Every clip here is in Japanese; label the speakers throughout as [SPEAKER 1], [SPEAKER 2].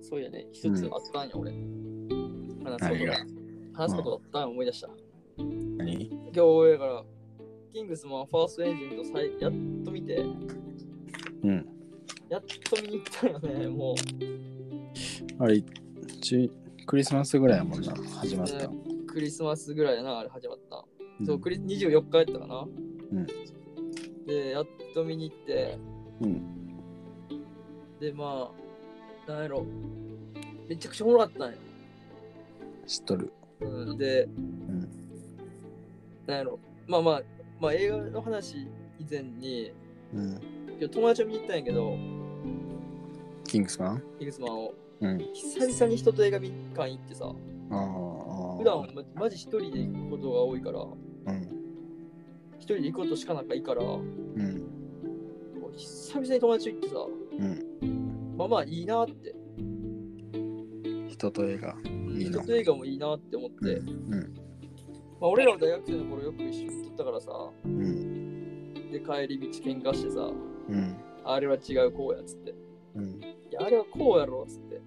[SPEAKER 1] 一つあったんよ、俺。話すこと
[SPEAKER 2] 何が
[SPEAKER 1] が話すことがあったんよ思い出した。
[SPEAKER 2] 何
[SPEAKER 1] 今日俺から、キングスマンファーストエンジンとさいやっと見て、
[SPEAKER 2] うん。
[SPEAKER 1] やっと見に行ったよね、も
[SPEAKER 2] あれ、ちクリスマスぐらいやもんな、始まった。
[SPEAKER 1] うクリスマスぐらいやな、あれ始まった。
[SPEAKER 2] うん
[SPEAKER 1] そう、クリ24日やったかな。
[SPEAKER 2] ん
[SPEAKER 1] で、やっと見に行って、
[SPEAKER 2] うん。
[SPEAKER 1] で、まあ、なんやろ、めちゃくちゃおもろかったんよ。
[SPEAKER 2] 知っとる。
[SPEAKER 1] うん、で、
[SPEAKER 2] ん
[SPEAKER 1] なんやろ、まあまあ、まあ映画の話以前に、
[SPEAKER 2] うん。
[SPEAKER 1] 今日友達を見に行ったんやけど、
[SPEAKER 2] キングスマン
[SPEAKER 1] ヒグスマンを。
[SPEAKER 2] うん。
[SPEAKER 1] 久々に人と映画館行ってさ、
[SPEAKER 2] ああ。
[SPEAKER 1] 普段はまマジ一人で行くことが多いから、
[SPEAKER 2] うん。
[SPEAKER 1] 一人で行くことしかなんかいいから、も
[SPEAKER 2] うん。
[SPEAKER 1] う久々に友達と行ってさ、まあまあいいなって、
[SPEAKER 2] 人と映画。いいな
[SPEAKER 1] 人と映画もいいなって思って、
[SPEAKER 2] うん。
[SPEAKER 1] まあ俺らの大学生の頃よく一緒に行っとったからさ、
[SPEAKER 2] うん。
[SPEAKER 1] で帰り道喧嘩してさ、
[SPEAKER 2] うん。
[SPEAKER 1] あれは違うこうやっつって。
[SPEAKER 2] うん。
[SPEAKER 1] いや、あれはこうやろっつって。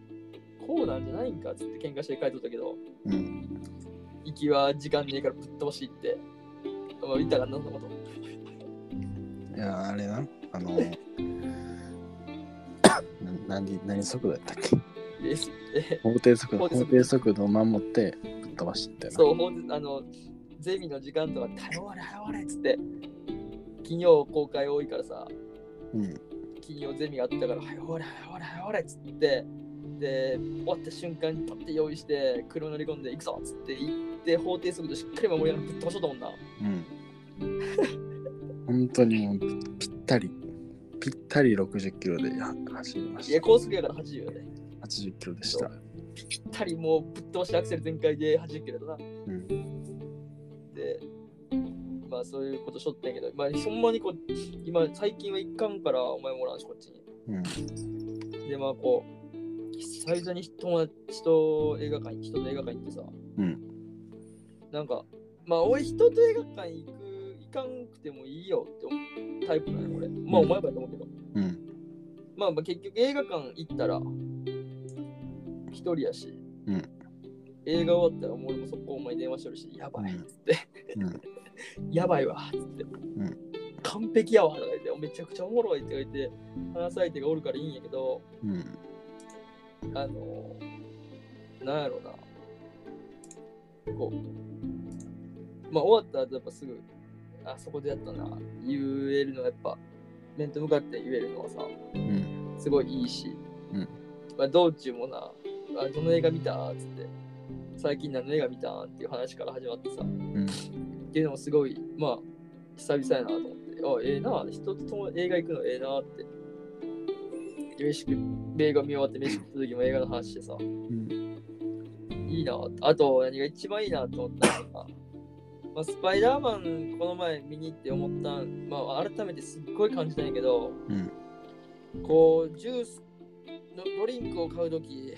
[SPEAKER 1] こうなんじゃないんかっつって喧嘩して帰っとったけど、
[SPEAKER 2] うん。
[SPEAKER 1] 行きは時間ねえからぶっ飛ばし行って。まあ、見たかな、そんなこと。
[SPEAKER 2] いや、あれな。あの、 な何何速度やったっけ
[SPEAKER 1] で で
[SPEAKER 2] 法定速度
[SPEAKER 1] 法定速
[SPEAKER 2] 法
[SPEAKER 1] 度
[SPEAKER 2] 定速度を守ってぶっ飛ばしてったよ
[SPEAKER 1] そう、ほんであの、ゼミの時間とか、頼まれ、払われっつって。金曜公開多いからさ、
[SPEAKER 2] な。うん。
[SPEAKER 1] 金曜ゼミがあったから、はい、ほら、ほら、ほらっつって。で、終わった瞬間にパッて用意して、車乗り込んで行くぞっつって行って、法定速度しっかり守りながらぶっ飛ばしとったもんな。
[SPEAKER 2] うん。本当にもうぴぴったり、ぴったり60キロでは走りま
[SPEAKER 1] いや、
[SPEAKER 2] した。
[SPEAKER 1] 高速やから80よね。
[SPEAKER 2] 80キロでした。
[SPEAKER 1] ぴったりもうぶっ飛ばしてアクセル全開で弾けるとな。
[SPEAKER 2] ん
[SPEAKER 1] で、まあそういうことしょってんけど、まあほんまにこう、今最近は行かんからお前もおらんし、こっちに。
[SPEAKER 2] うん。
[SPEAKER 1] で、まあこう、久々に友達と映画館、人と映画館行ってさ、
[SPEAKER 2] うん
[SPEAKER 1] なんか、まあ俺人と映画館行く、行かんくてもいいよって思うタイプなの俺。まあ
[SPEAKER 2] う
[SPEAKER 1] お
[SPEAKER 2] ん
[SPEAKER 1] 前もやと思うけど、
[SPEAKER 2] うん。
[SPEAKER 1] まあまあ結局映画館行ったら、一人やし、
[SPEAKER 2] うん
[SPEAKER 1] 映画終わったらもう俺もそこお前に電話してるし、やばいっつって、
[SPEAKER 2] うん。
[SPEAKER 1] やばいわっつって、
[SPEAKER 2] ん
[SPEAKER 1] 完璧やわとか言って、めちゃくちゃおもろいって言って、話す相手がおるからいいんやけど、
[SPEAKER 2] うん。
[SPEAKER 1] あのー、なんやろな、こう、まあ終わった後やっぱすぐ、あそこでやったな、言えるのはやっぱ、面と向かって言えるのはさ、
[SPEAKER 2] うん。
[SPEAKER 1] すごいいいし、
[SPEAKER 2] うん
[SPEAKER 1] まあ、道中もな、あどの映画見たっつって、最近何の映画見たんっていう話から始まってさ、
[SPEAKER 2] うん
[SPEAKER 1] っていうのもすごい、まあ、久々やなと思って、あ、ええな、人とも映画行くのええなって。で飯食っ映画見終わって飯食った時も映画の話してさ、
[SPEAKER 2] うん。
[SPEAKER 1] いいなってあと何が一番いいなと思ったのが、まあ、スパイダーマンこの前見に行って思ったん、まあ、改めてすっごい感じたんやけど、
[SPEAKER 2] うん
[SPEAKER 1] こうジュースのドリンクを買う時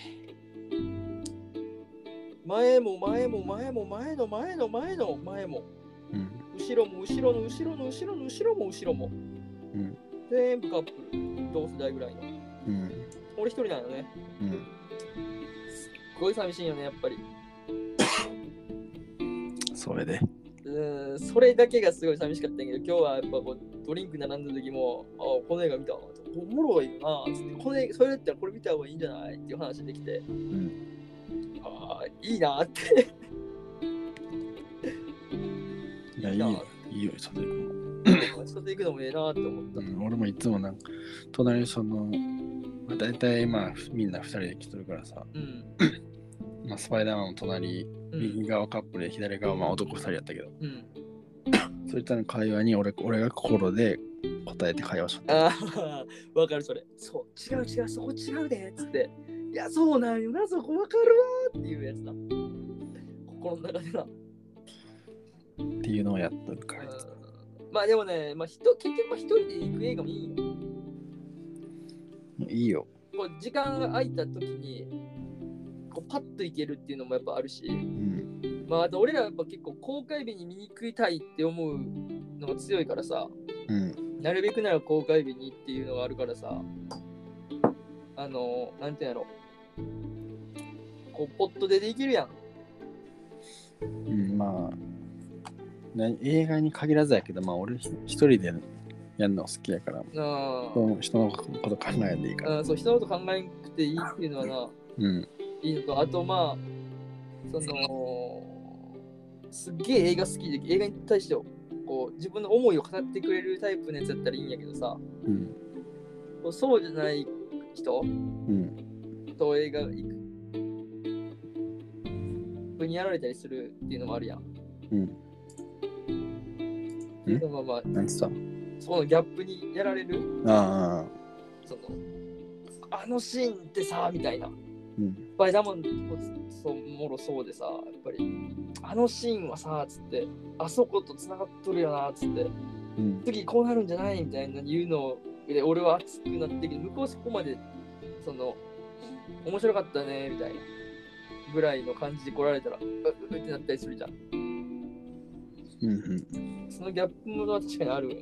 [SPEAKER 1] 前も前も前も前の前の前の前も
[SPEAKER 2] うん。
[SPEAKER 1] 後ろも後ろの後ろの後ろの後ろも後ろも、
[SPEAKER 2] うん
[SPEAKER 1] 全部カップル同世代ぐらいの
[SPEAKER 2] うん。
[SPEAKER 1] 俺一人なんよね
[SPEAKER 2] うん。
[SPEAKER 1] すっごい寂しいよねやっぱり
[SPEAKER 2] それで。
[SPEAKER 1] うーんそれだけがすごい寂しかったんやけど、今日はやっぱこうドリンク並んだ時も、あこの映画見たわおもろいよなつってこの映画、それだったらこれ見た方がいいんじゃないっていう話できて、
[SPEAKER 2] うん。
[SPEAKER 1] ああ、いいなって。
[SPEAKER 2] いや、いい
[SPEAKER 1] な
[SPEAKER 2] よ。いいよ、それ。
[SPEAKER 1] 人と行くのもええなって思った
[SPEAKER 2] う。ん、俺もいつもなんか、隣にその、まあ、大体まあ、みんな二人で来てるからさ、
[SPEAKER 1] うん。
[SPEAKER 2] まあ、スパイダーマンの隣、
[SPEAKER 1] う
[SPEAKER 2] 右
[SPEAKER 1] ん。
[SPEAKER 2] 側カップルで左側、まあ、男二人やったけど、
[SPEAKER 1] うん、
[SPEAKER 2] そういった会話に俺俺が心で答えて会話しとった。
[SPEAKER 1] ああ、わかるそれ。そう、違う違う、そこ違うでっつって。いや、そうなんよな、そこわかるわーっていうやつな。心の中でな。
[SPEAKER 2] っていうのをやっとるから。
[SPEAKER 1] うんまあでもね、まあ、人結局まあ一人で行く映画もいいよ。
[SPEAKER 2] いいよ。
[SPEAKER 1] こう時間が空いた時にこうパッと行けるっていうのもやっぱあるし、
[SPEAKER 2] うん。
[SPEAKER 1] まあ、あと俺らはやっぱ結構公開日に見に行きたいって思うのが強いからさ
[SPEAKER 2] うん。
[SPEAKER 1] なるべくなら公開日にっていうのがあるからさあのなんていうんやろこうポッと出ていけるやん。
[SPEAKER 2] うん、まあ、な映画に限らずやけど、まあ、俺ひ一人でやるの好きやから、
[SPEAKER 1] なあ
[SPEAKER 2] 人の人のこと考えんでいいから。
[SPEAKER 1] あそう人のこと考えなくていいっていうのはな、
[SPEAKER 2] うん。
[SPEAKER 1] いいのと、あとまあ、その、すっげえ映画好きで、映画に対してこう自分の思いを語ってくれるタイプのやつだったらいいんやけどさ、
[SPEAKER 2] うん。
[SPEAKER 1] こうそうじゃない人
[SPEAKER 2] うん。
[SPEAKER 1] と映画行く。にやられたりするっていうのもあるやん。
[SPEAKER 2] うん。
[SPEAKER 1] っていうのがまあ、
[SPEAKER 2] なんつった
[SPEAKER 1] そこのギャップにやられる、
[SPEAKER 2] ああ。
[SPEAKER 1] その、あのシーンってさ、みたいな。
[SPEAKER 2] うん。
[SPEAKER 1] バイダモンもそうもろそうでさ、やっぱり、あのシーンはさ、つって、あそことつながっとるよな、つって、
[SPEAKER 2] うん。
[SPEAKER 1] 次こうなるんじゃないみたいな言うので、俺は熱くなってきて、向こうはそこまで、その、面白かったね、みたいな、ぐらいの感じで来られたら、うううってなったりするじゃん。
[SPEAKER 2] うん。うん。
[SPEAKER 1] そのギャップも確かにあるよね。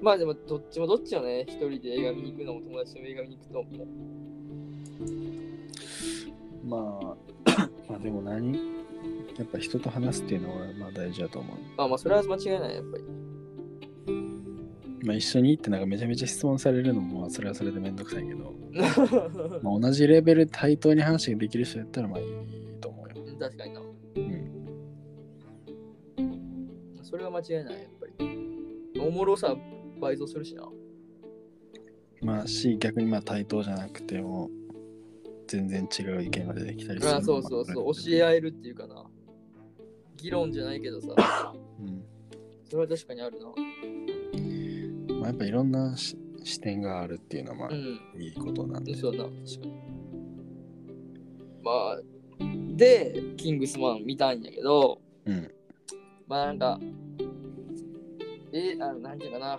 [SPEAKER 1] まあでも、どっちもどっちよね。一人で映画見に行くのも、友達と映画見に行くとも。
[SPEAKER 2] まあ、 まあでも何やっぱ人と話すっていうのはまあ大事だと思う。
[SPEAKER 1] まあまあ、それは間違いない、やっ ぱり。
[SPEAKER 2] まあ一緒に行ってなんかめちゃめちゃ質問されるのもまあそれはそれでめんどくさいけど、まあ、同じレベル対等に話ができる人やったらまあいいと思うよ。
[SPEAKER 1] うん確かにな。
[SPEAKER 2] うん。
[SPEAKER 1] それは間違いない、やっぱり。おもろさ倍増するしな。
[SPEAKER 2] まあし逆にまあ対等じゃなくても全然違う意見が出てきたりする
[SPEAKER 1] あそうそうそう、教え合えるっていうかな。議論じゃないけどさ、
[SPEAKER 2] う
[SPEAKER 1] それは確かにあるな。
[SPEAKER 2] ん。まあやっぱいろんなし視点があるっていうのはま
[SPEAKER 1] う
[SPEAKER 2] あ
[SPEAKER 1] ん、
[SPEAKER 2] いいことなんで。
[SPEAKER 1] そうだな、確かに。まあ、で、キングスマン見たんやけど、
[SPEAKER 2] うん。
[SPEAKER 1] まあなんか、え、あなんていうかな、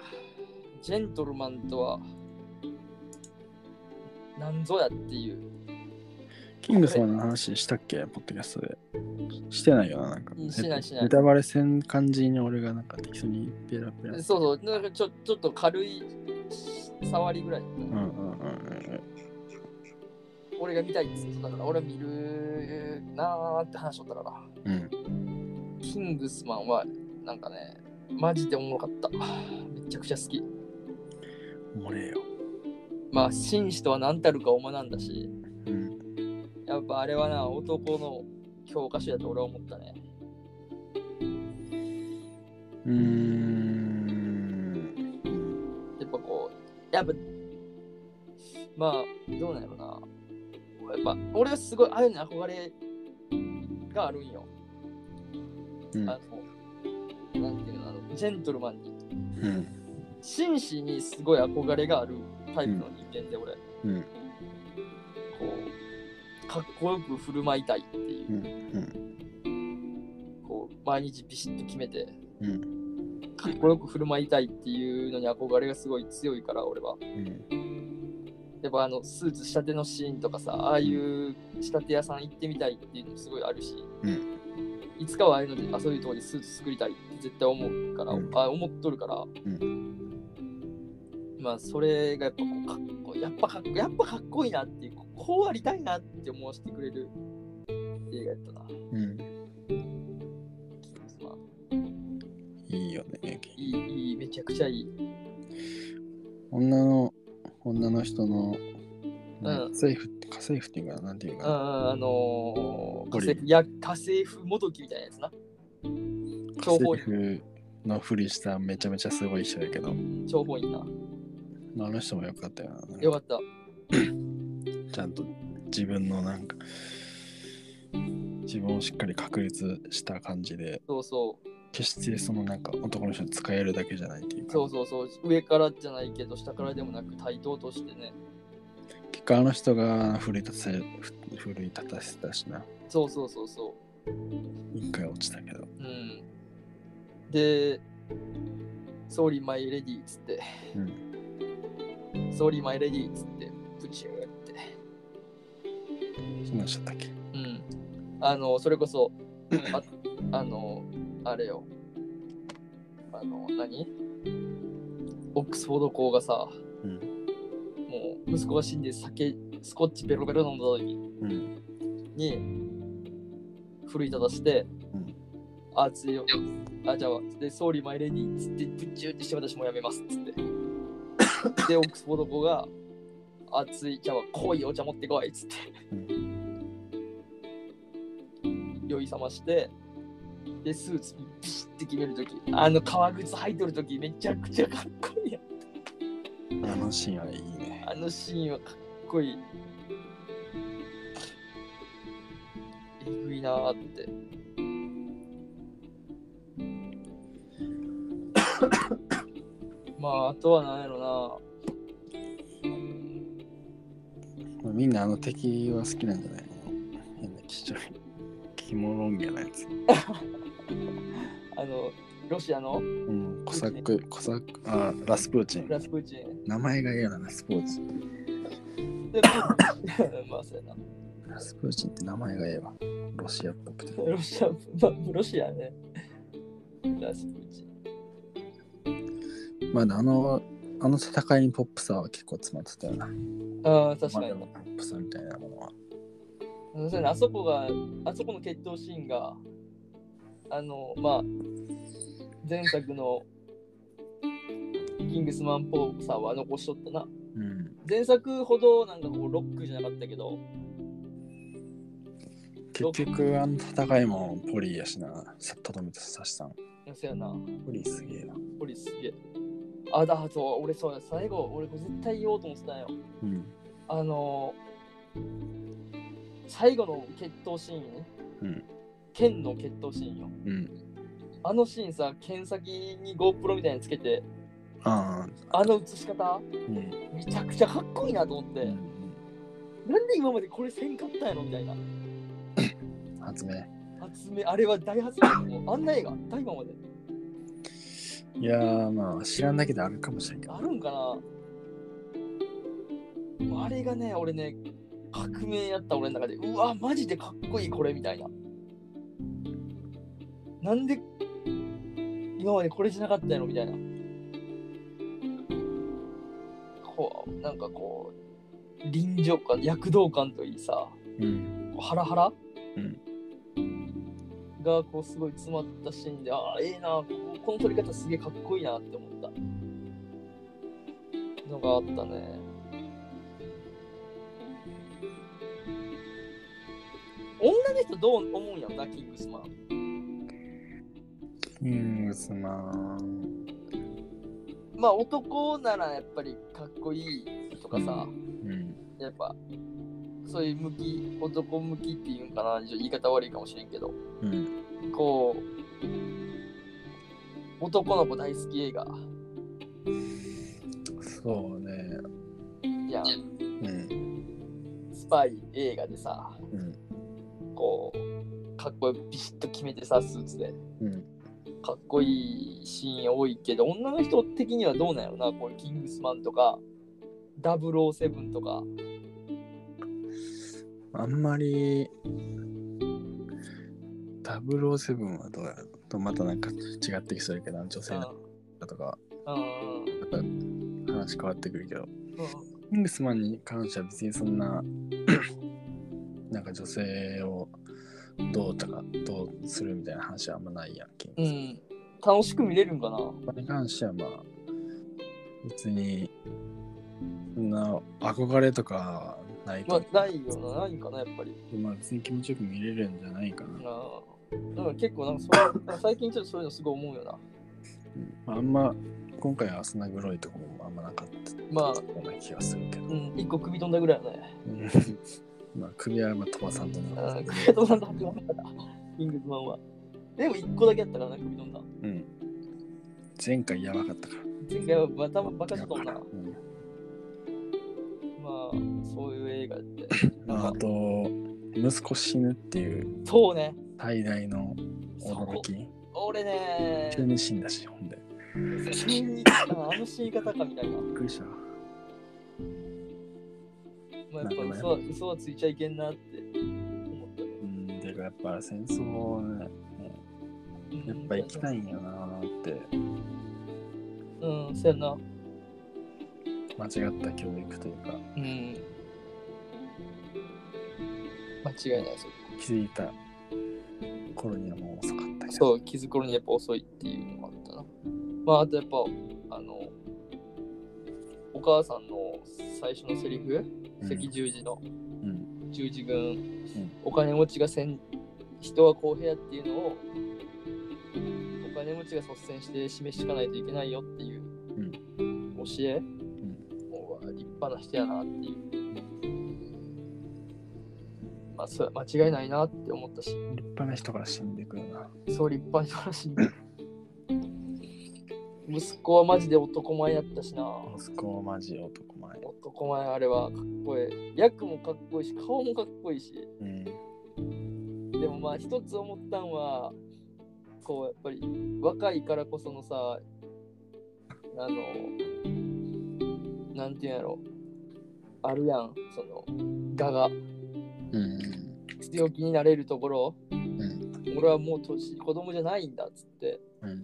[SPEAKER 1] ジェントルマンとは、なんぞやっていう。
[SPEAKER 2] キングスマンの話したっけポッドキャストで。してないよな、なんか。
[SPEAKER 1] うんしないしない
[SPEAKER 2] ネタバレせん感じに俺がなんか適当にペラペラ。
[SPEAKER 1] そうそう、なんかちょちょっと軽い触りぐらい。
[SPEAKER 2] うんうんうんうん
[SPEAKER 1] 俺が見たいって言ってたから、俺は見るなーって話しとったから。
[SPEAKER 2] うん。うん。
[SPEAKER 1] キングスマンは、なんかね、マジでおもろかった。めちゃくちゃ好き。
[SPEAKER 2] おもれえよ。
[SPEAKER 1] まあ、紳士とは何たるかを学んだし、
[SPEAKER 2] うん。
[SPEAKER 1] やっぱあれはな、男の教科書やと俺は思ったね。
[SPEAKER 2] うーん。
[SPEAKER 1] やっぱこう、やっぱ、まあ、どうなんやろな。やっぱ、俺はすごい、ああいうのに憧れがあるんよ。
[SPEAKER 2] うん。
[SPEAKER 1] あの、なんていうの、あのジェントルマンに、
[SPEAKER 2] うん。
[SPEAKER 1] 紳士にすごい憧れがあるタイプの人間で、俺、こ
[SPEAKER 2] うん。
[SPEAKER 1] う、かっこよく振る舞いたいっていうう、
[SPEAKER 2] ん。うん。
[SPEAKER 1] こう、毎日ビシッと決めて、
[SPEAKER 2] うん。
[SPEAKER 1] かっこよく振る舞いたいっていうのに憧れがすごい強いから、俺は。やっぱあの、スーツ仕立てのシーンとかさ、ああいう仕立て屋さん行ってみたいっていうのもすごいあるし、
[SPEAKER 2] うん
[SPEAKER 1] いつかはああいうので、あそういうところでスーツ作りたいって絶対思うから、
[SPEAKER 2] うん
[SPEAKER 1] あ思っとるから、
[SPEAKER 2] う
[SPEAKER 1] まあそれがやっぱこうかっこやっぱかっこやっぱかっこいいなっていう、こうありたいなって思わせてくれる映画やったな。
[SPEAKER 2] うん。
[SPEAKER 1] まあ、
[SPEAKER 2] いいよね。
[SPEAKER 1] いい、いい、めちゃくちゃいい。
[SPEAKER 2] 女の、女の人の、
[SPEAKER 1] うん
[SPEAKER 2] 家政婦、家政婦っていうか、なんていう
[SPEAKER 1] うん、
[SPEAKER 2] か、
[SPEAKER 1] あのー、
[SPEAKER 2] こ
[SPEAKER 1] 家
[SPEAKER 2] れ
[SPEAKER 1] 政婦、や家政婦もどきみたいなやつな。
[SPEAKER 2] 家
[SPEAKER 1] 情報
[SPEAKER 2] 政
[SPEAKER 1] 員、
[SPEAKER 2] 婦のふりしためちゃめちゃすごい人やけど、
[SPEAKER 1] 情報員な。
[SPEAKER 2] まああの人もよかったよな。
[SPEAKER 1] よかった。
[SPEAKER 2] ちゃんと自分のなんか自分をしっかり確立した感じで
[SPEAKER 1] そうそう。
[SPEAKER 2] 決してそのなんか男の人に使えるだけじゃないっていうか
[SPEAKER 1] そうそうそう、上からじゃないけど、下からでもなく対等としてね。
[SPEAKER 2] 結果あの人が奮い立たせふ奮い立たせたしな
[SPEAKER 1] そうそうそうそ
[SPEAKER 2] 一回落ちたけど
[SPEAKER 1] う。うん。で、ソーリーマイレディーっつって、
[SPEAKER 2] うん
[SPEAKER 1] ソーリーマイレディーっつって、プチューって。
[SPEAKER 2] そんなんしちゃったっけ
[SPEAKER 1] うん。あの、それこそ、ああの、あれよ。あの、何オックスフォード校がさ、
[SPEAKER 2] うん
[SPEAKER 1] もう息子が死んで酒スコッチベロベロ飲んだ時
[SPEAKER 2] うん。
[SPEAKER 1] に奮い立たして、
[SPEAKER 2] うん
[SPEAKER 1] あつよあじゃあで総理参礼につってぶっちゅーってして私もうやめますっ つってでオックスフォード子が熱いじゃあ濃いお茶持ってこいっつって酔い覚ましてでスーツピシッて決めるときあの革靴履いてるときめちゃくちゃかっこいいやん
[SPEAKER 2] あのシーンはいいね。
[SPEAKER 1] あのシーンはかっこいい。えぐいなーって。 まあ、あとは何やろ
[SPEAKER 2] まあみんなあの敵は好きなんじゃないの変な貴重。キモロンゲなやつ。
[SPEAKER 1] な。あの、ロシアの
[SPEAKER 2] うん。コサック、コサック、あ、ラスプーチン。
[SPEAKER 1] ラスプーチン。
[SPEAKER 2] 名前が嫌だな、ラスプーチン。
[SPEAKER 1] でまあ、そうや
[SPEAKER 2] ラスプーチンって名前が嫌わ。ロシアっぽくて。
[SPEAKER 1] な。ロシア、まあ、ロシアね。ラスプーチン。
[SPEAKER 2] まだあの、あの戦いにポップさは結構詰まってたよな。
[SPEAKER 1] ああ、確か
[SPEAKER 2] まあで
[SPEAKER 1] に
[SPEAKER 2] も。ポップさみたいなものは。
[SPEAKER 1] そうですねあそこが、あそこの決闘シーンが、あの、まあ、前作のキングスマンポーさは残しとったな。
[SPEAKER 2] うん。
[SPEAKER 1] 前作ほどなんかこうロックじゃなかったけど、
[SPEAKER 2] 結局、あの戦いもポリやしな。さっとどめて刺したん。
[SPEAKER 1] そうやな、
[SPEAKER 2] ポリすげえな。
[SPEAKER 1] これすげえ。あ、だ、そう、俺そうや、最後、俺これ絶対言おうと思ってたんよ。
[SPEAKER 2] うん。
[SPEAKER 1] あの最後の決闘シーン、
[SPEAKER 2] うん
[SPEAKER 1] 剣の決闘シーンよ。
[SPEAKER 2] うん。
[SPEAKER 1] あのシーンさ、剣先に GoPro みたいにつけて、
[SPEAKER 2] ああ。
[SPEAKER 1] あの映し方
[SPEAKER 2] うん。
[SPEAKER 1] めちゃくちゃかっこいいなと思って、
[SPEAKER 2] うん
[SPEAKER 1] なんで今までこれせんかったんやろみたいな
[SPEAKER 2] 発明。
[SPEAKER 1] 発明あれは大発明だもうあんな映画あった今まで
[SPEAKER 2] いやー、まあ、知らんだけであるかもしれんけど
[SPEAKER 1] あ。るんかなもうあれがね俺ね革命やった俺の中でうわマジでかっこいいこれみたいななんで今までこれじゃなかったんやろみたいなこうなんかこう臨場感躍動感といいさ、
[SPEAKER 2] うん。
[SPEAKER 1] ハラハラ、
[SPEAKER 2] うん
[SPEAKER 1] がこうすごい詰まったシーンでああええなここの撮り方すげえかっこいいなって思ったのがあったね女の人どう思うんやろなキングスマン
[SPEAKER 2] キングスマン。
[SPEAKER 1] まあ男ならやっぱりかっこいいとかさ、
[SPEAKER 2] うん。
[SPEAKER 1] やっぱそういう向き男向きっていうんかなちょっと言い方悪いかもしれんけど
[SPEAKER 2] うん。
[SPEAKER 1] こう、男の子大好き映画
[SPEAKER 2] そうね。
[SPEAKER 1] やん、
[SPEAKER 2] うん。
[SPEAKER 1] スパイ映画でさ、
[SPEAKER 2] うん
[SPEAKER 1] こう、かっこよくビシッと決めてさ、スーツで、
[SPEAKER 2] うん。
[SPEAKER 1] かっこいいシーン多いけど、女の人的にはどうなんやろな、こういうキングスマンとか、007とか、
[SPEAKER 2] あんまり、007はどうやろとまたなんか違ってきそうやけど、女性の方とか、
[SPEAKER 1] うん、うん、うん
[SPEAKER 2] なんか話変わってくるけど、
[SPEAKER 1] う
[SPEAKER 2] キングスマンに関しては別にそんな、なんか女性をどうとか、どうするみたいな話はあんまないやん、キングスマン
[SPEAKER 1] ん、うん、楽しく見れるんかな。
[SPEAKER 2] これに関してはまあ別にそんな憧れとかない
[SPEAKER 1] ま
[SPEAKER 2] と、
[SPEAKER 1] あ、ないよな、ないんかな、やっぱり。
[SPEAKER 2] まあ、別に気持ちよく見れるんじゃないかな、
[SPEAKER 1] ななんか結構なんかそれなんか最近ちょっとそういうのすごい思うよな。
[SPEAKER 2] まあ、あんま今回はそんな黒いとこもあんまなかった
[SPEAKER 1] まあ、
[SPEAKER 2] ような気がするけど、
[SPEAKER 1] うん、一個首飛んだぐらいだね。
[SPEAKER 2] まあ首はまあ飛ばさんとな
[SPEAKER 1] あークリアトさんと始まったなキングズマンは。でも1個だけやったからな、首飛んだ。
[SPEAKER 2] うん前回やばかったから
[SPEAKER 1] 前回はバタバカしとんな。ま
[SPEAKER 2] うん
[SPEAKER 1] あ、そういう映画って。なん
[SPEAKER 2] まあ、
[SPEAKER 1] か
[SPEAKER 2] あと息子死ぬっていう
[SPEAKER 1] そうね。
[SPEAKER 2] 最大の
[SPEAKER 1] そ
[SPEAKER 2] 驚
[SPEAKER 1] こ
[SPEAKER 2] き
[SPEAKER 1] 俺ね
[SPEAKER 2] 急、に死んだしほんで
[SPEAKER 1] 急になんかあの死に方かみたいな。
[SPEAKER 2] びっくりした
[SPEAKER 1] まあ、やっ
[SPEAKER 2] な
[SPEAKER 1] ぱ
[SPEAKER 2] んかね
[SPEAKER 1] 嘘は嘘はついちゃいけんなって思ったね。
[SPEAKER 2] うんてかやっぱ戦争をねやっぱ行きたいんよなーって
[SPEAKER 1] うん、うんそうやな。
[SPEAKER 2] 間違った教育というか
[SPEAKER 1] うん。間違いないそこ
[SPEAKER 2] 気づいた頃にはもう遅かったけど。
[SPEAKER 1] そう、気づく頃にやっぱ遅いっていうのがあったな。まあ、あとやっぱ、あの、お母さんの最初のセリフ、
[SPEAKER 2] うん
[SPEAKER 1] 赤十字の
[SPEAKER 2] うん。
[SPEAKER 1] 十字軍、お金持ちがせん人は公平やっていうのを、お金持ちが率先して示していかないといけないよっていう、教え、もう立派な人やなっていう。まあ、そう間違いないなって思ったし。
[SPEAKER 2] 立派な人から死んでくるな。
[SPEAKER 1] そう、立派にらしい。息子はマジで男前やったしな。
[SPEAKER 2] 息子はマジ男前。
[SPEAKER 1] 男前あれはかっこいい。役もかっこいいし、顔もかっこいいし。
[SPEAKER 2] うん。
[SPEAKER 1] でもまあ、一つ思ったんは、こう、やっぱり若いからこそのさ、あの、なんていうんやろ。あるやん、その、我が
[SPEAKER 2] うん。
[SPEAKER 1] 強気になれるところ。
[SPEAKER 2] うん。
[SPEAKER 1] 俺はもう年、子供じゃないんだっつって。
[SPEAKER 2] うん。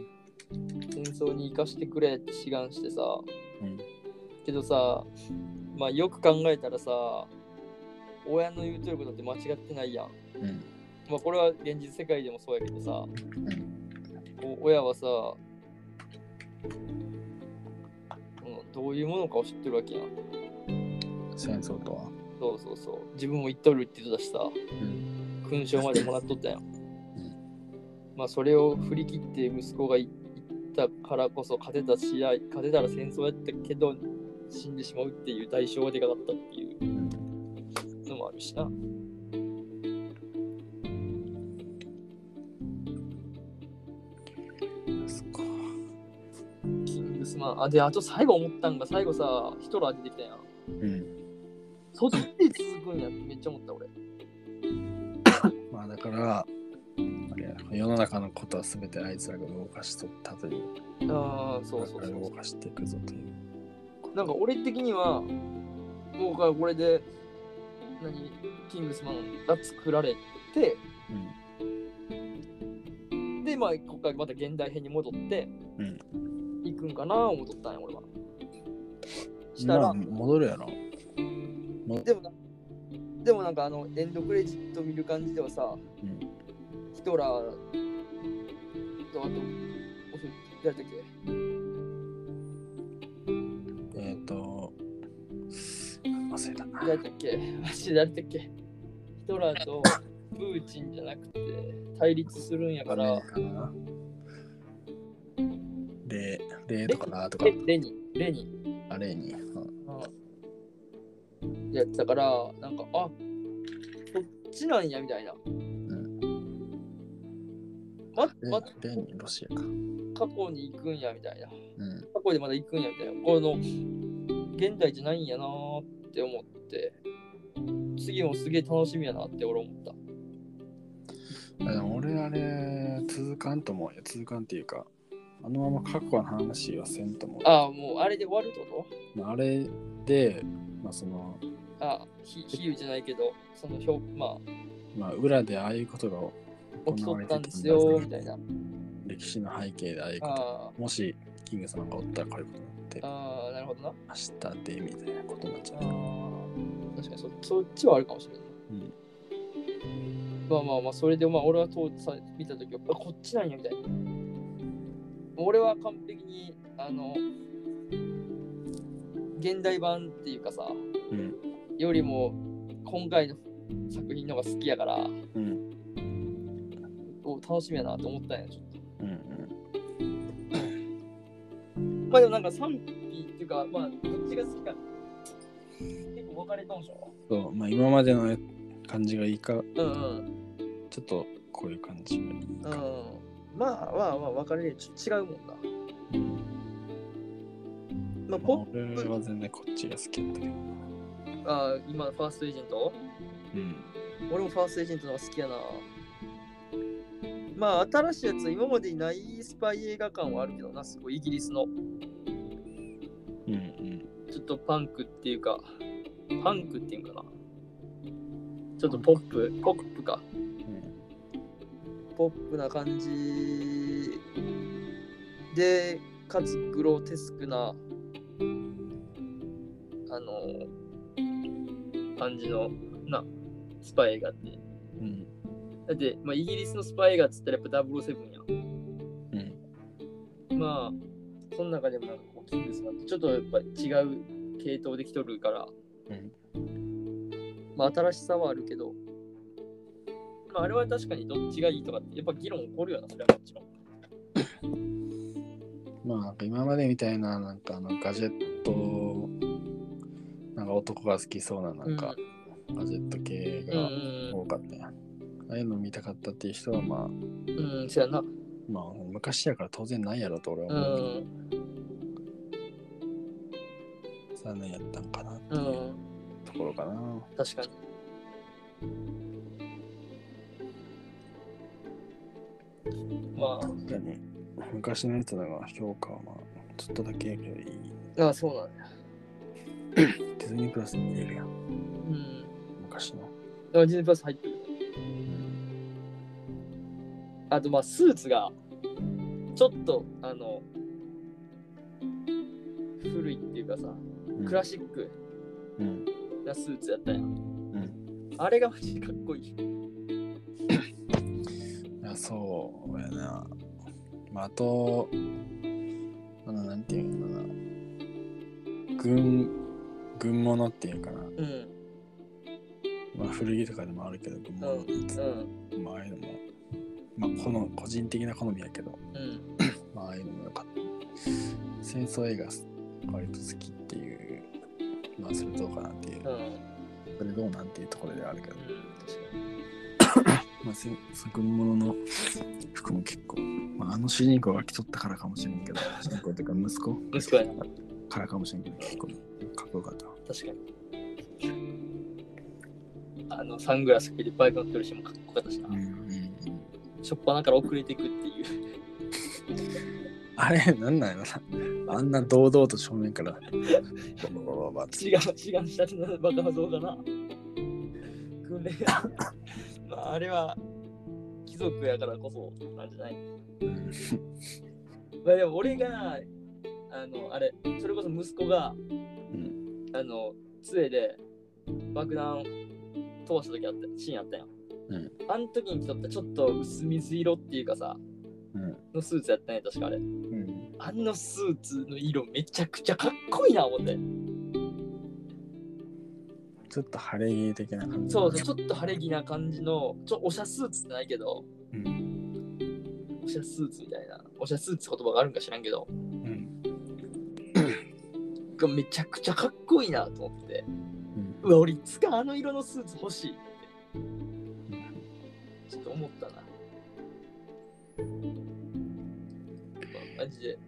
[SPEAKER 1] 戦争に生かしてくれって志願してさ、
[SPEAKER 2] うん
[SPEAKER 1] けどさまあよく考えたらさ親の言うとることって間違ってないやん
[SPEAKER 2] うん。
[SPEAKER 1] まあこれは現実世界でもそうやけどさこう親はさ、うん、どういうものかを知ってるわけやん
[SPEAKER 2] 戦争とは。
[SPEAKER 1] そうそうそう自分も言っとるって言ってたしさ
[SPEAKER 2] うん。
[SPEAKER 1] 勲章までもらっとったやん、まあそれを振り切って息子がい行ったからこそ勝てた試合勝てたら戦争やったけど死んでしまうっていう代償がでかかったっていうのもあるしな
[SPEAKER 2] そっか。
[SPEAKER 1] キングスマンあであと最後思ったんが最後さヒトラー出てきたやん
[SPEAKER 2] うん。
[SPEAKER 1] そっちで続くんやってめっちゃ思った俺
[SPEAKER 2] まあだから、あれや世の中のことは全てあいつらが動かしとったという。
[SPEAKER 1] ああそうそう
[SPEAKER 2] 俺
[SPEAKER 1] そ
[SPEAKER 2] らが動
[SPEAKER 1] う
[SPEAKER 2] かしていくぞという。
[SPEAKER 1] なんか俺的にはもうこれで何キングスマンが作られて
[SPEAKER 2] うん。
[SPEAKER 1] でまあここからまた現代編に戻って、
[SPEAKER 2] うん
[SPEAKER 1] 行くんかな思っとったんや俺はしたら、
[SPEAKER 2] まあ戻るやろ。も
[SPEAKER 1] でもなでもなんかあのエンドクレジット見る感じではさ、
[SPEAKER 2] うん
[SPEAKER 1] ヒトラーとあとお誰だっけ
[SPEAKER 2] えっ、と、忘れたな。
[SPEAKER 1] 誰だっけマジで誰だっけヒトラーとプーチンじゃなくて対立するんやから、
[SPEAKER 2] かな。で、でとかなとか
[SPEAKER 1] レ、レニンレニン
[SPEAKER 2] あれに。
[SPEAKER 1] うんやってたから、なんか、あそっちなんやみたいな。
[SPEAKER 2] ん
[SPEAKER 1] ま、
[SPEAKER 2] で
[SPEAKER 1] ま、
[SPEAKER 2] でにロシアか。
[SPEAKER 1] 過去に行くんやみたいな。
[SPEAKER 2] うん。
[SPEAKER 1] 過去でまだ行くんやみたいな。この、現代じゃないんやなーって思って、次もすげえ楽しみやなって俺思っ
[SPEAKER 2] あ
[SPEAKER 1] た。
[SPEAKER 2] でも俺あれ、続かんと思うよ。続かんっていうか、あのまま過去の話はせんと思う。
[SPEAKER 1] ああ、もうあれで終わるってこ
[SPEAKER 2] まああれで、まあその、
[SPEAKER 1] とああ、ひ比喩じゃないけど、その表、ま
[SPEAKER 2] まあ裏でああいうことが
[SPEAKER 1] あ、起きとったんですよーみたいな。
[SPEAKER 2] 歴史の背景でああいうこ
[SPEAKER 1] あ
[SPEAKER 2] と。もし、キング様がおったらこういうことになって
[SPEAKER 1] あ、、ああ、なるほどな。
[SPEAKER 2] 明日でみたいなことになっちゃ
[SPEAKER 1] あ
[SPEAKER 2] う。
[SPEAKER 1] ー確かにそそっちはあるかもしれない。
[SPEAKER 2] うん
[SPEAKER 1] まあまあまあ、それでまあ俺は当時さ見たときは、あこっちなんやみたいな。俺は完璧に、あの、現代版っていうかさ、
[SPEAKER 2] うん。
[SPEAKER 1] よりも今回の作品の方が好きやから、
[SPEAKER 2] うん。
[SPEAKER 1] お楽しみやなと思ったんや、ちょっ
[SPEAKER 2] う
[SPEAKER 1] と。
[SPEAKER 2] ん。うん。
[SPEAKER 1] まあでもなんか賛否っていうか、まあ、どっちが好きか、結構分かれたんでしょ
[SPEAKER 2] そう、まあ今までの感じがいいか、
[SPEAKER 1] うんうん。
[SPEAKER 2] ちょっとこういう感じがいいか
[SPEAKER 1] うん。まあまあまあ分かれるち違うもんな。まあ、
[SPEAKER 2] まあ
[SPEAKER 1] ポ
[SPEAKER 2] 俺は全然こっちが好きだったけど。
[SPEAKER 1] ッあー今のファーストエージェント
[SPEAKER 2] うん。
[SPEAKER 1] 俺もファーストエージェントの方が好きやな。まあ新しいやつは今までにないスパイ映画館はあるけどな、すごいイギリスの
[SPEAKER 2] うんうん。
[SPEAKER 1] ちょっとパンクっていうか、パンクっていうんかな。ちょっとポップ、ポップか。ポップな感じで、かつグロテスクな、あの、感じの、な、スパイ映画って。
[SPEAKER 2] うん。
[SPEAKER 1] だって、まあ、イギリスのスパイ映画っつったらやっぱ007やん。
[SPEAKER 2] うん。
[SPEAKER 1] まあ、その中でもなんかこう、キングスマンってちょっとやっぱ違う系統できとるから、
[SPEAKER 2] うん
[SPEAKER 1] まあ、新しさはあるけど、まあ、あれは確かにどっちがいいとかって、やっぱ議論起こるよな、それはもちろん。
[SPEAKER 2] まあ、なんか今までみたいな、なんかあのガジェット、なんか男が好きそうな、なんか、ガジェット系
[SPEAKER 1] うん、う
[SPEAKER 2] が
[SPEAKER 1] ん
[SPEAKER 2] 多かったやん。ああいうの見たかったっていう人は、まあ、
[SPEAKER 1] うん、うん、そうやな。
[SPEAKER 2] まあ、昔やから当然ないやろと俺は思
[SPEAKER 1] う
[SPEAKER 2] うけど、
[SPEAKER 1] ん、
[SPEAKER 2] 残念やったんかなってい
[SPEAKER 1] う、
[SPEAKER 2] うんところかな。
[SPEAKER 1] 確かに。まあ、
[SPEAKER 2] 確かに昔のやつだが評価はまあちょっとだけやけどいい
[SPEAKER 1] ああそうなんだ。
[SPEAKER 2] ディズニープラスに入れるやん
[SPEAKER 1] うん。
[SPEAKER 2] 昔の
[SPEAKER 1] だからディズニープラス入ってる。あと、まあ、スーツが、ちょっと、あの、古いっていうかさ、クラ
[SPEAKER 2] シ
[SPEAKER 1] シック
[SPEAKER 2] うん
[SPEAKER 1] なスーツやったやん。
[SPEAKER 2] うん
[SPEAKER 1] あれがマジでかっこいい。
[SPEAKER 2] いやそうやなまああとあのなんていうのかな軍軍物っていうかな
[SPEAKER 1] うん、
[SPEAKER 2] まあ古着とかでもあるけど軍物のやつ
[SPEAKER 1] うん、
[SPEAKER 2] まあああいうのもまあこの個人的な好みやけど
[SPEAKER 1] うん。
[SPEAKER 2] まあああいうのもよかった戦争映画割と好きっていうまあそれどうかなっていう
[SPEAKER 1] うん、うん、
[SPEAKER 2] それどうなんていうところではあるけど、
[SPEAKER 1] 確か
[SPEAKER 2] まあ、せ作物の服も結構、まあ、あの主人公が着とったからかもしれんけど、主人公というか息子
[SPEAKER 1] に。息子やな、
[SPEAKER 2] からかもしれんけど、結構かっこよかったわ。
[SPEAKER 1] 確かに。あの、サングラスかけてバイク乗ってるしもかっこよかったしな
[SPEAKER 2] うん。うんうん、
[SPEAKER 1] しょっぱなから遅れていくっていう。
[SPEAKER 2] あれ、なんなんやろな。あんな堂々と正面から、バババババって
[SPEAKER 1] 違う違う下地のバカ像かな訓練 まああれは貴族やからこそなんじゃない
[SPEAKER 2] うん
[SPEAKER 1] まあでも俺があのあれそれこそ息子が
[SPEAKER 2] うん
[SPEAKER 1] あの杖で爆弾飛ばした時あったシーンあったやん、
[SPEAKER 2] うん
[SPEAKER 1] あん時に着とったちょっと薄水色っていうかさ
[SPEAKER 2] うん
[SPEAKER 1] のスーツやったんや確かあれ
[SPEAKER 2] うん
[SPEAKER 1] あのスーツの色めちゃくちゃかっこいいな思って
[SPEAKER 2] ちょっと晴れ着的な感じ。
[SPEAKER 1] そうそうちょっと晴れ着な感じのちょおしゃスーツってないけど
[SPEAKER 2] うん。
[SPEAKER 1] おしゃスーツみたいな、おしゃスーツ言葉があるんか知らんけど、
[SPEAKER 2] うん。
[SPEAKER 1] がめちゃくちゃかっこいいなと思って、
[SPEAKER 2] うん
[SPEAKER 1] うわ、俺いつかあの色のスーツ欲しいってちょっと思ったな。まあマジで、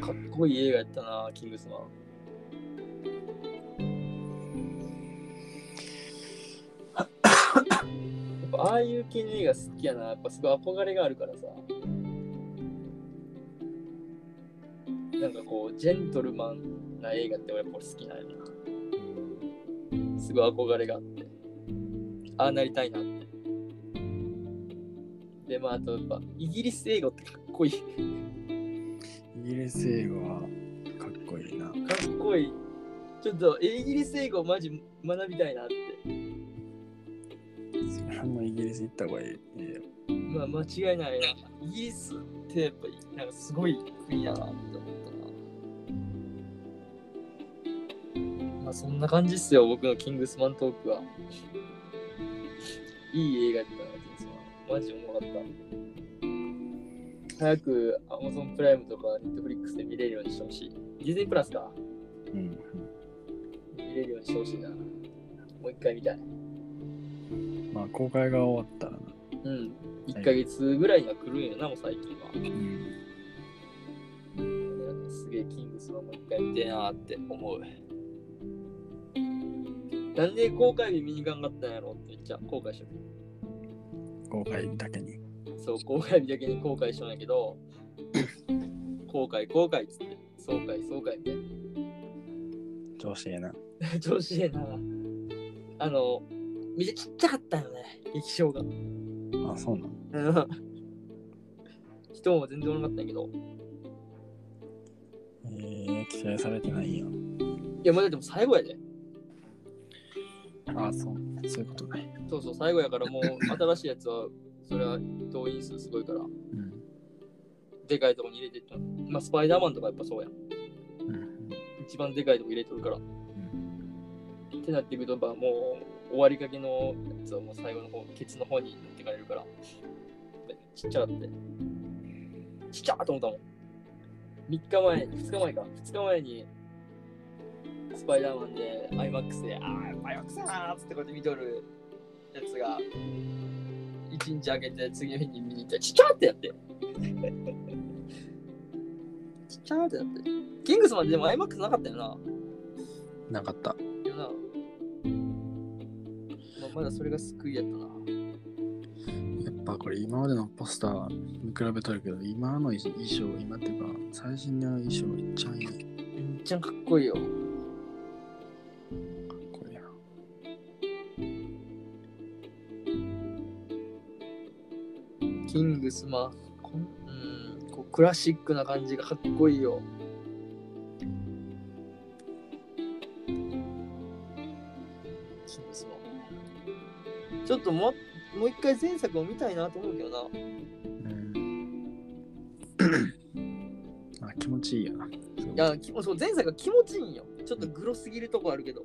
[SPEAKER 1] かっこいい映画やったな、キングスマン。やっぱああいう系の映画好きやな、やっぱすごい憧れがあるからさ。なんかこう、ジェントルマンな映画ってやっぱ俺好きなんやな。すごい憧れがあって。ああなりたいなって。で、まあ、あとやっぱ、イギリス英語ってかっこいい。か
[SPEAKER 2] イギリス英語はかっこいいな。
[SPEAKER 1] っこいい。ちょっと、イギリス英語マジ学びたいなって。
[SPEAKER 2] それもイギリス行った方がいい。いいよ
[SPEAKER 1] まあ、間違いないな。イギリスってやっぱ、なんかすごい国やなって思ったな。まあ、そんな感じっすよ、僕のキングスマントークは。いい映画やったな、キングスマン。マジおもろかった。早く Amazon プライムとか Netflix で見れるようにしてほしい。ディズニープラスか。
[SPEAKER 2] うん。
[SPEAKER 1] 見れるようにしてほしいな。もう一回見たい。
[SPEAKER 2] まあ公開が終わったらな。
[SPEAKER 1] うん。1ヶ月ぐらいには来るんやな、もう最近は。
[SPEAKER 2] うん
[SPEAKER 1] なんかすげえキングスマンもう一回見てえなーって思う。なんで公開日見に行かんかったんやろってめっちゃ後悔しとる。
[SPEAKER 2] 公開だけに。
[SPEAKER 1] そう、公開日だけに後悔しとんやけど、後悔後悔っつって、そうかいそうかいみたい
[SPEAKER 2] 調子ええな。
[SPEAKER 1] な。 調子ええな。あの、めっちゃちっちゃかったよね、液晶が。
[SPEAKER 2] あ、そうなの
[SPEAKER 1] うん人も全然おらんかったんやけど。
[SPEAKER 2] えー、期待されてないやん。
[SPEAKER 1] いや、まだでも最後やで。
[SPEAKER 2] あ、そう。そういうことね。
[SPEAKER 1] そうそう、最後やからもう新しいやつは、それは動員数すごいから、
[SPEAKER 2] うん。
[SPEAKER 1] でかいとこに入れていった。まあ、スパイダーマンとかやっぱそうやん。
[SPEAKER 2] うん。
[SPEAKER 1] 一番でかいとこ入れとるから。ってなっていくと、やっぱもう終わりかけのやつはもう最後の方、ケツの方に持ってかれるから。ちっちゃって。ちっちゃーと思ったもん。3日前、2日前か。2日前に、スパイダーマンで IMAX で、あー、IMAX だーっつってこうやって見とるやつが、1日空けて次の日に見に行ったら、ちっちゃーってやって。ちっちゃーってやって。キングスまででも IMAX なかったよな。
[SPEAKER 2] なかった。
[SPEAKER 1] よな。まあ、まだそれが救いやったな。
[SPEAKER 2] やっぱこれ今までのポスター見比べとるけど、今の衣装、今っていうか、最新の衣装いっちゃいい。
[SPEAKER 1] めっちゃかっこいいよ。
[SPEAKER 2] これやな。
[SPEAKER 1] キングスマこんうんこうクラシックな感じがかっこいいよ。キングスマちょっとももう一回前作を見たいなと思うけどな。
[SPEAKER 2] うん。 あ、気持ちいいやな。
[SPEAKER 1] いや、きそう前作が気持ちいいんよ。ちょっとグロすぎるとこあるけど。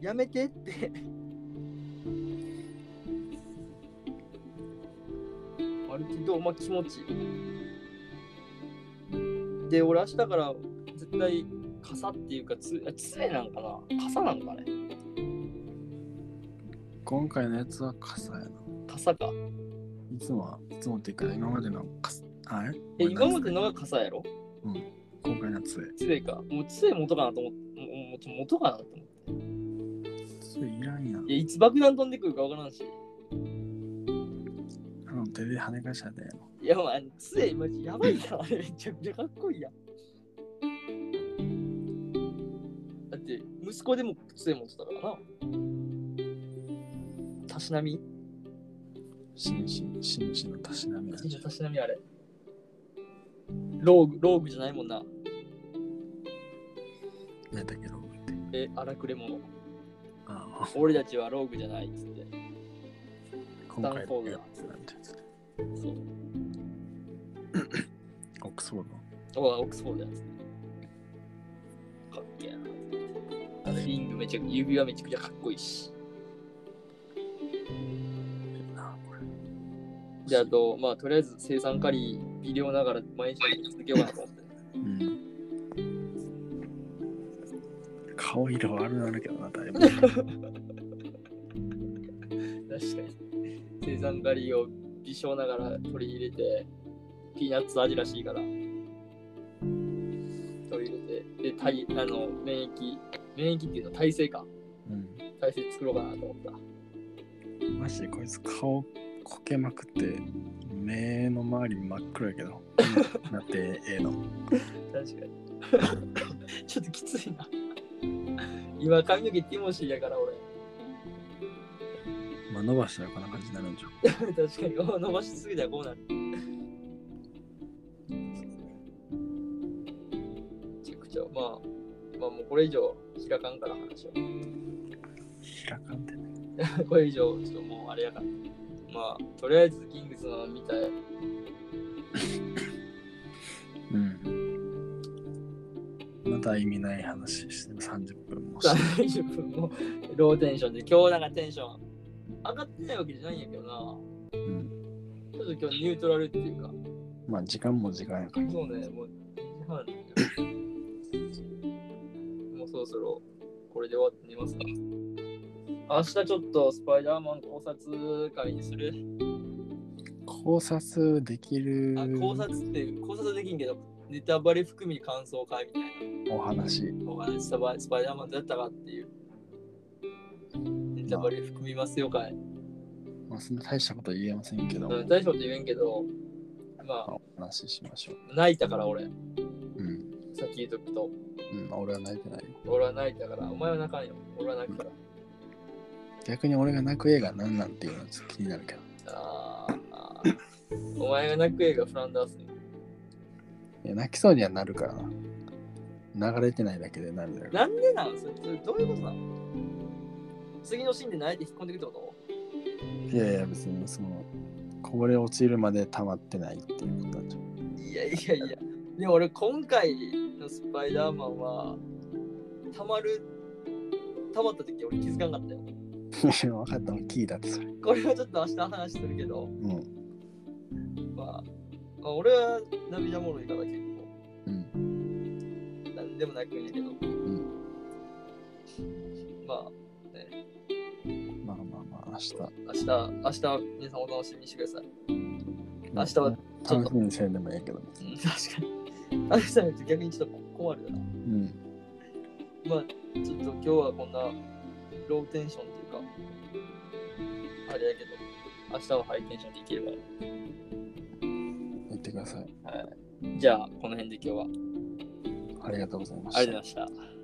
[SPEAKER 1] やめてって。あるけど、まあ気持ちいい。で、俺明日から絶対傘っていうかつ、あ杖なんかな傘なんかね
[SPEAKER 2] 今回のやつは傘やな。
[SPEAKER 1] 傘か。
[SPEAKER 2] いつもは、いつもっていうか、今までの傘、あれ
[SPEAKER 1] え、今までのが傘やろ
[SPEAKER 2] 今回のやつ。
[SPEAKER 1] 杖か。もう杖元かなと思って、もうもう元かなと思って。
[SPEAKER 2] それいらんやん
[SPEAKER 1] い。や、いつ爆弾飛んでくるかわからんし。
[SPEAKER 2] あの、手で跳ね返したで。
[SPEAKER 1] いや、まあ、杖マジやばいな。あれめちゃくちゃかっこいいやん。だって、息子でも杖持ってたからな。たしなみ
[SPEAKER 2] 紳士、紳士のたしなみや
[SPEAKER 1] 忍者たしなみあれ。ローグ、ローグじゃないもんな。
[SPEAKER 2] やったけど、覚えて
[SPEAKER 1] え、荒くれ者。
[SPEAKER 2] ああ、
[SPEAKER 1] 俺たちはローグじゃないっつって。
[SPEAKER 2] 今回のやつなんてやつね。
[SPEAKER 1] そう。
[SPEAKER 2] オックスフォード。
[SPEAKER 1] おいオックスフォードやつ。かっけえな。あのリングめちゃく指輪めちゃくちゃかっこいいし。
[SPEAKER 2] なこれ
[SPEAKER 1] で、あと、まあ、とりあえず生産カリー、微量ながら毎日続けようかなと思って。
[SPEAKER 2] うん。顔色悪なるけどな、だいぶ。
[SPEAKER 1] 確かに。生産カリーを微小ながら取り入れて、ピーナッツ味らしいから。取り入れて、で、体、あの、免疫、免疫っていうのは体制か。
[SPEAKER 2] う
[SPEAKER 1] 体制作ろうかなと思った。
[SPEAKER 2] ん。マジでこいつ顔こけまくって、目の周り真っ黒やけど。なってええの。
[SPEAKER 1] 確かに。 ちょっときついな。今、髪の毛ティモシーやから俺。
[SPEAKER 2] まあ、伸ばしたらこんな感じになるんじゃん。
[SPEAKER 1] 確かに、伸ばしすぎたらこうなる。めちゃくちゃ、まあ、まあもうこれ以上開かんから話を。
[SPEAKER 2] 開かんてね。
[SPEAKER 1] これ以上、ちょっともうあれやから。まあ、とりあえずキングスの見 たい。
[SPEAKER 2] うん。また意味ない話してる30分もして。
[SPEAKER 1] 30分もローテンションで、今日なんかテンション上がってないわけじゃないんやけどな。
[SPEAKER 2] うん。
[SPEAKER 1] ちょっと今日ニュートラルっていうか。
[SPEAKER 2] まあ、時間も時間やから。
[SPEAKER 1] そうね、もう2時半だよもうそろそろこれで終わってみますか。明日ちょっとスパイダーマン考察会にする。
[SPEAKER 2] 考察できる
[SPEAKER 1] あ考察っていう、考察できんけど、ネタバレ含み感想会みたい
[SPEAKER 2] お話。
[SPEAKER 1] なのが、スパイスパイダーマンどうやったかっていう。ネタバレ含みますよ会。
[SPEAKER 2] まあ、そんな大したことは言えませんけど、
[SPEAKER 1] うん、大丈夫と言えんけど、ま
[SPEAKER 2] ま
[SPEAKER 1] あ、
[SPEAKER 2] あお話ししましょう。
[SPEAKER 1] 泣いたから俺、
[SPEAKER 2] うん。
[SPEAKER 1] さっき言っとくと。
[SPEAKER 2] うん、俺は泣いてないよ。
[SPEAKER 1] 俺は泣いたから、お前は泣かんよ。俺は泣くから。
[SPEAKER 2] 逆に俺が泣く映画何なんていうのはちょっと気になるけど。
[SPEAKER 1] あーお前が泣く映画フランダース。
[SPEAKER 2] いや、泣きそうにはなるからな。流れてないだけでなるだろう。
[SPEAKER 1] なんでなんそれどういうことなの次のシーンで泣いて引っ込んでいくってこ
[SPEAKER 2] いやいや、別にその、こぼれ落ちるまで溜まってないっていうこと なんじゃん。
[SPEAKER 1] といやいやいや。でも俺、今回のスパイダーマンは、たまる、たまった時俺気づかなかったよ。
[SPEAKER 2] 分かったの、キーだってそれ。
[SPEAKER 1] これはちょっと明日話するけど、
[SPEAKER 2] うん。
[SPEAKER 1] まあ、まあ、俺は涙もろいから結
[SPEAKER 2] うん。
[SPEAKER 1] 構、なんでも泣くんやけど、
[SPEAKER 2] ん
[SPEAKER 1] まあ、
[SPEAKER 2] まあまあまあ、明日。
[SPEAKER 1] 明日、明日、皆さんお楽しみにしてください。明日はちょっと
[SPEAKER 2] 楽しみにせんでもいいけど。
[SPEAKER 1] うん確かに。明日のと逆にちょっと困るな。
[SPEAKER 2] うん。
[SPEAKER 1] まあ、ちょっと今日はこんなローテンションっていうか、あれやけど、明日はハイテンションでいければ。
[SPEAKER 2] 言ってください。
[SPEAKER 1] じゃあ、この辺で今日は。
[SPEAKER 2] ありがとうございまし
[SPEAKER 1] あ
[SPEAKER 2] た
[SPEAKER 1] りがとうござい。ました。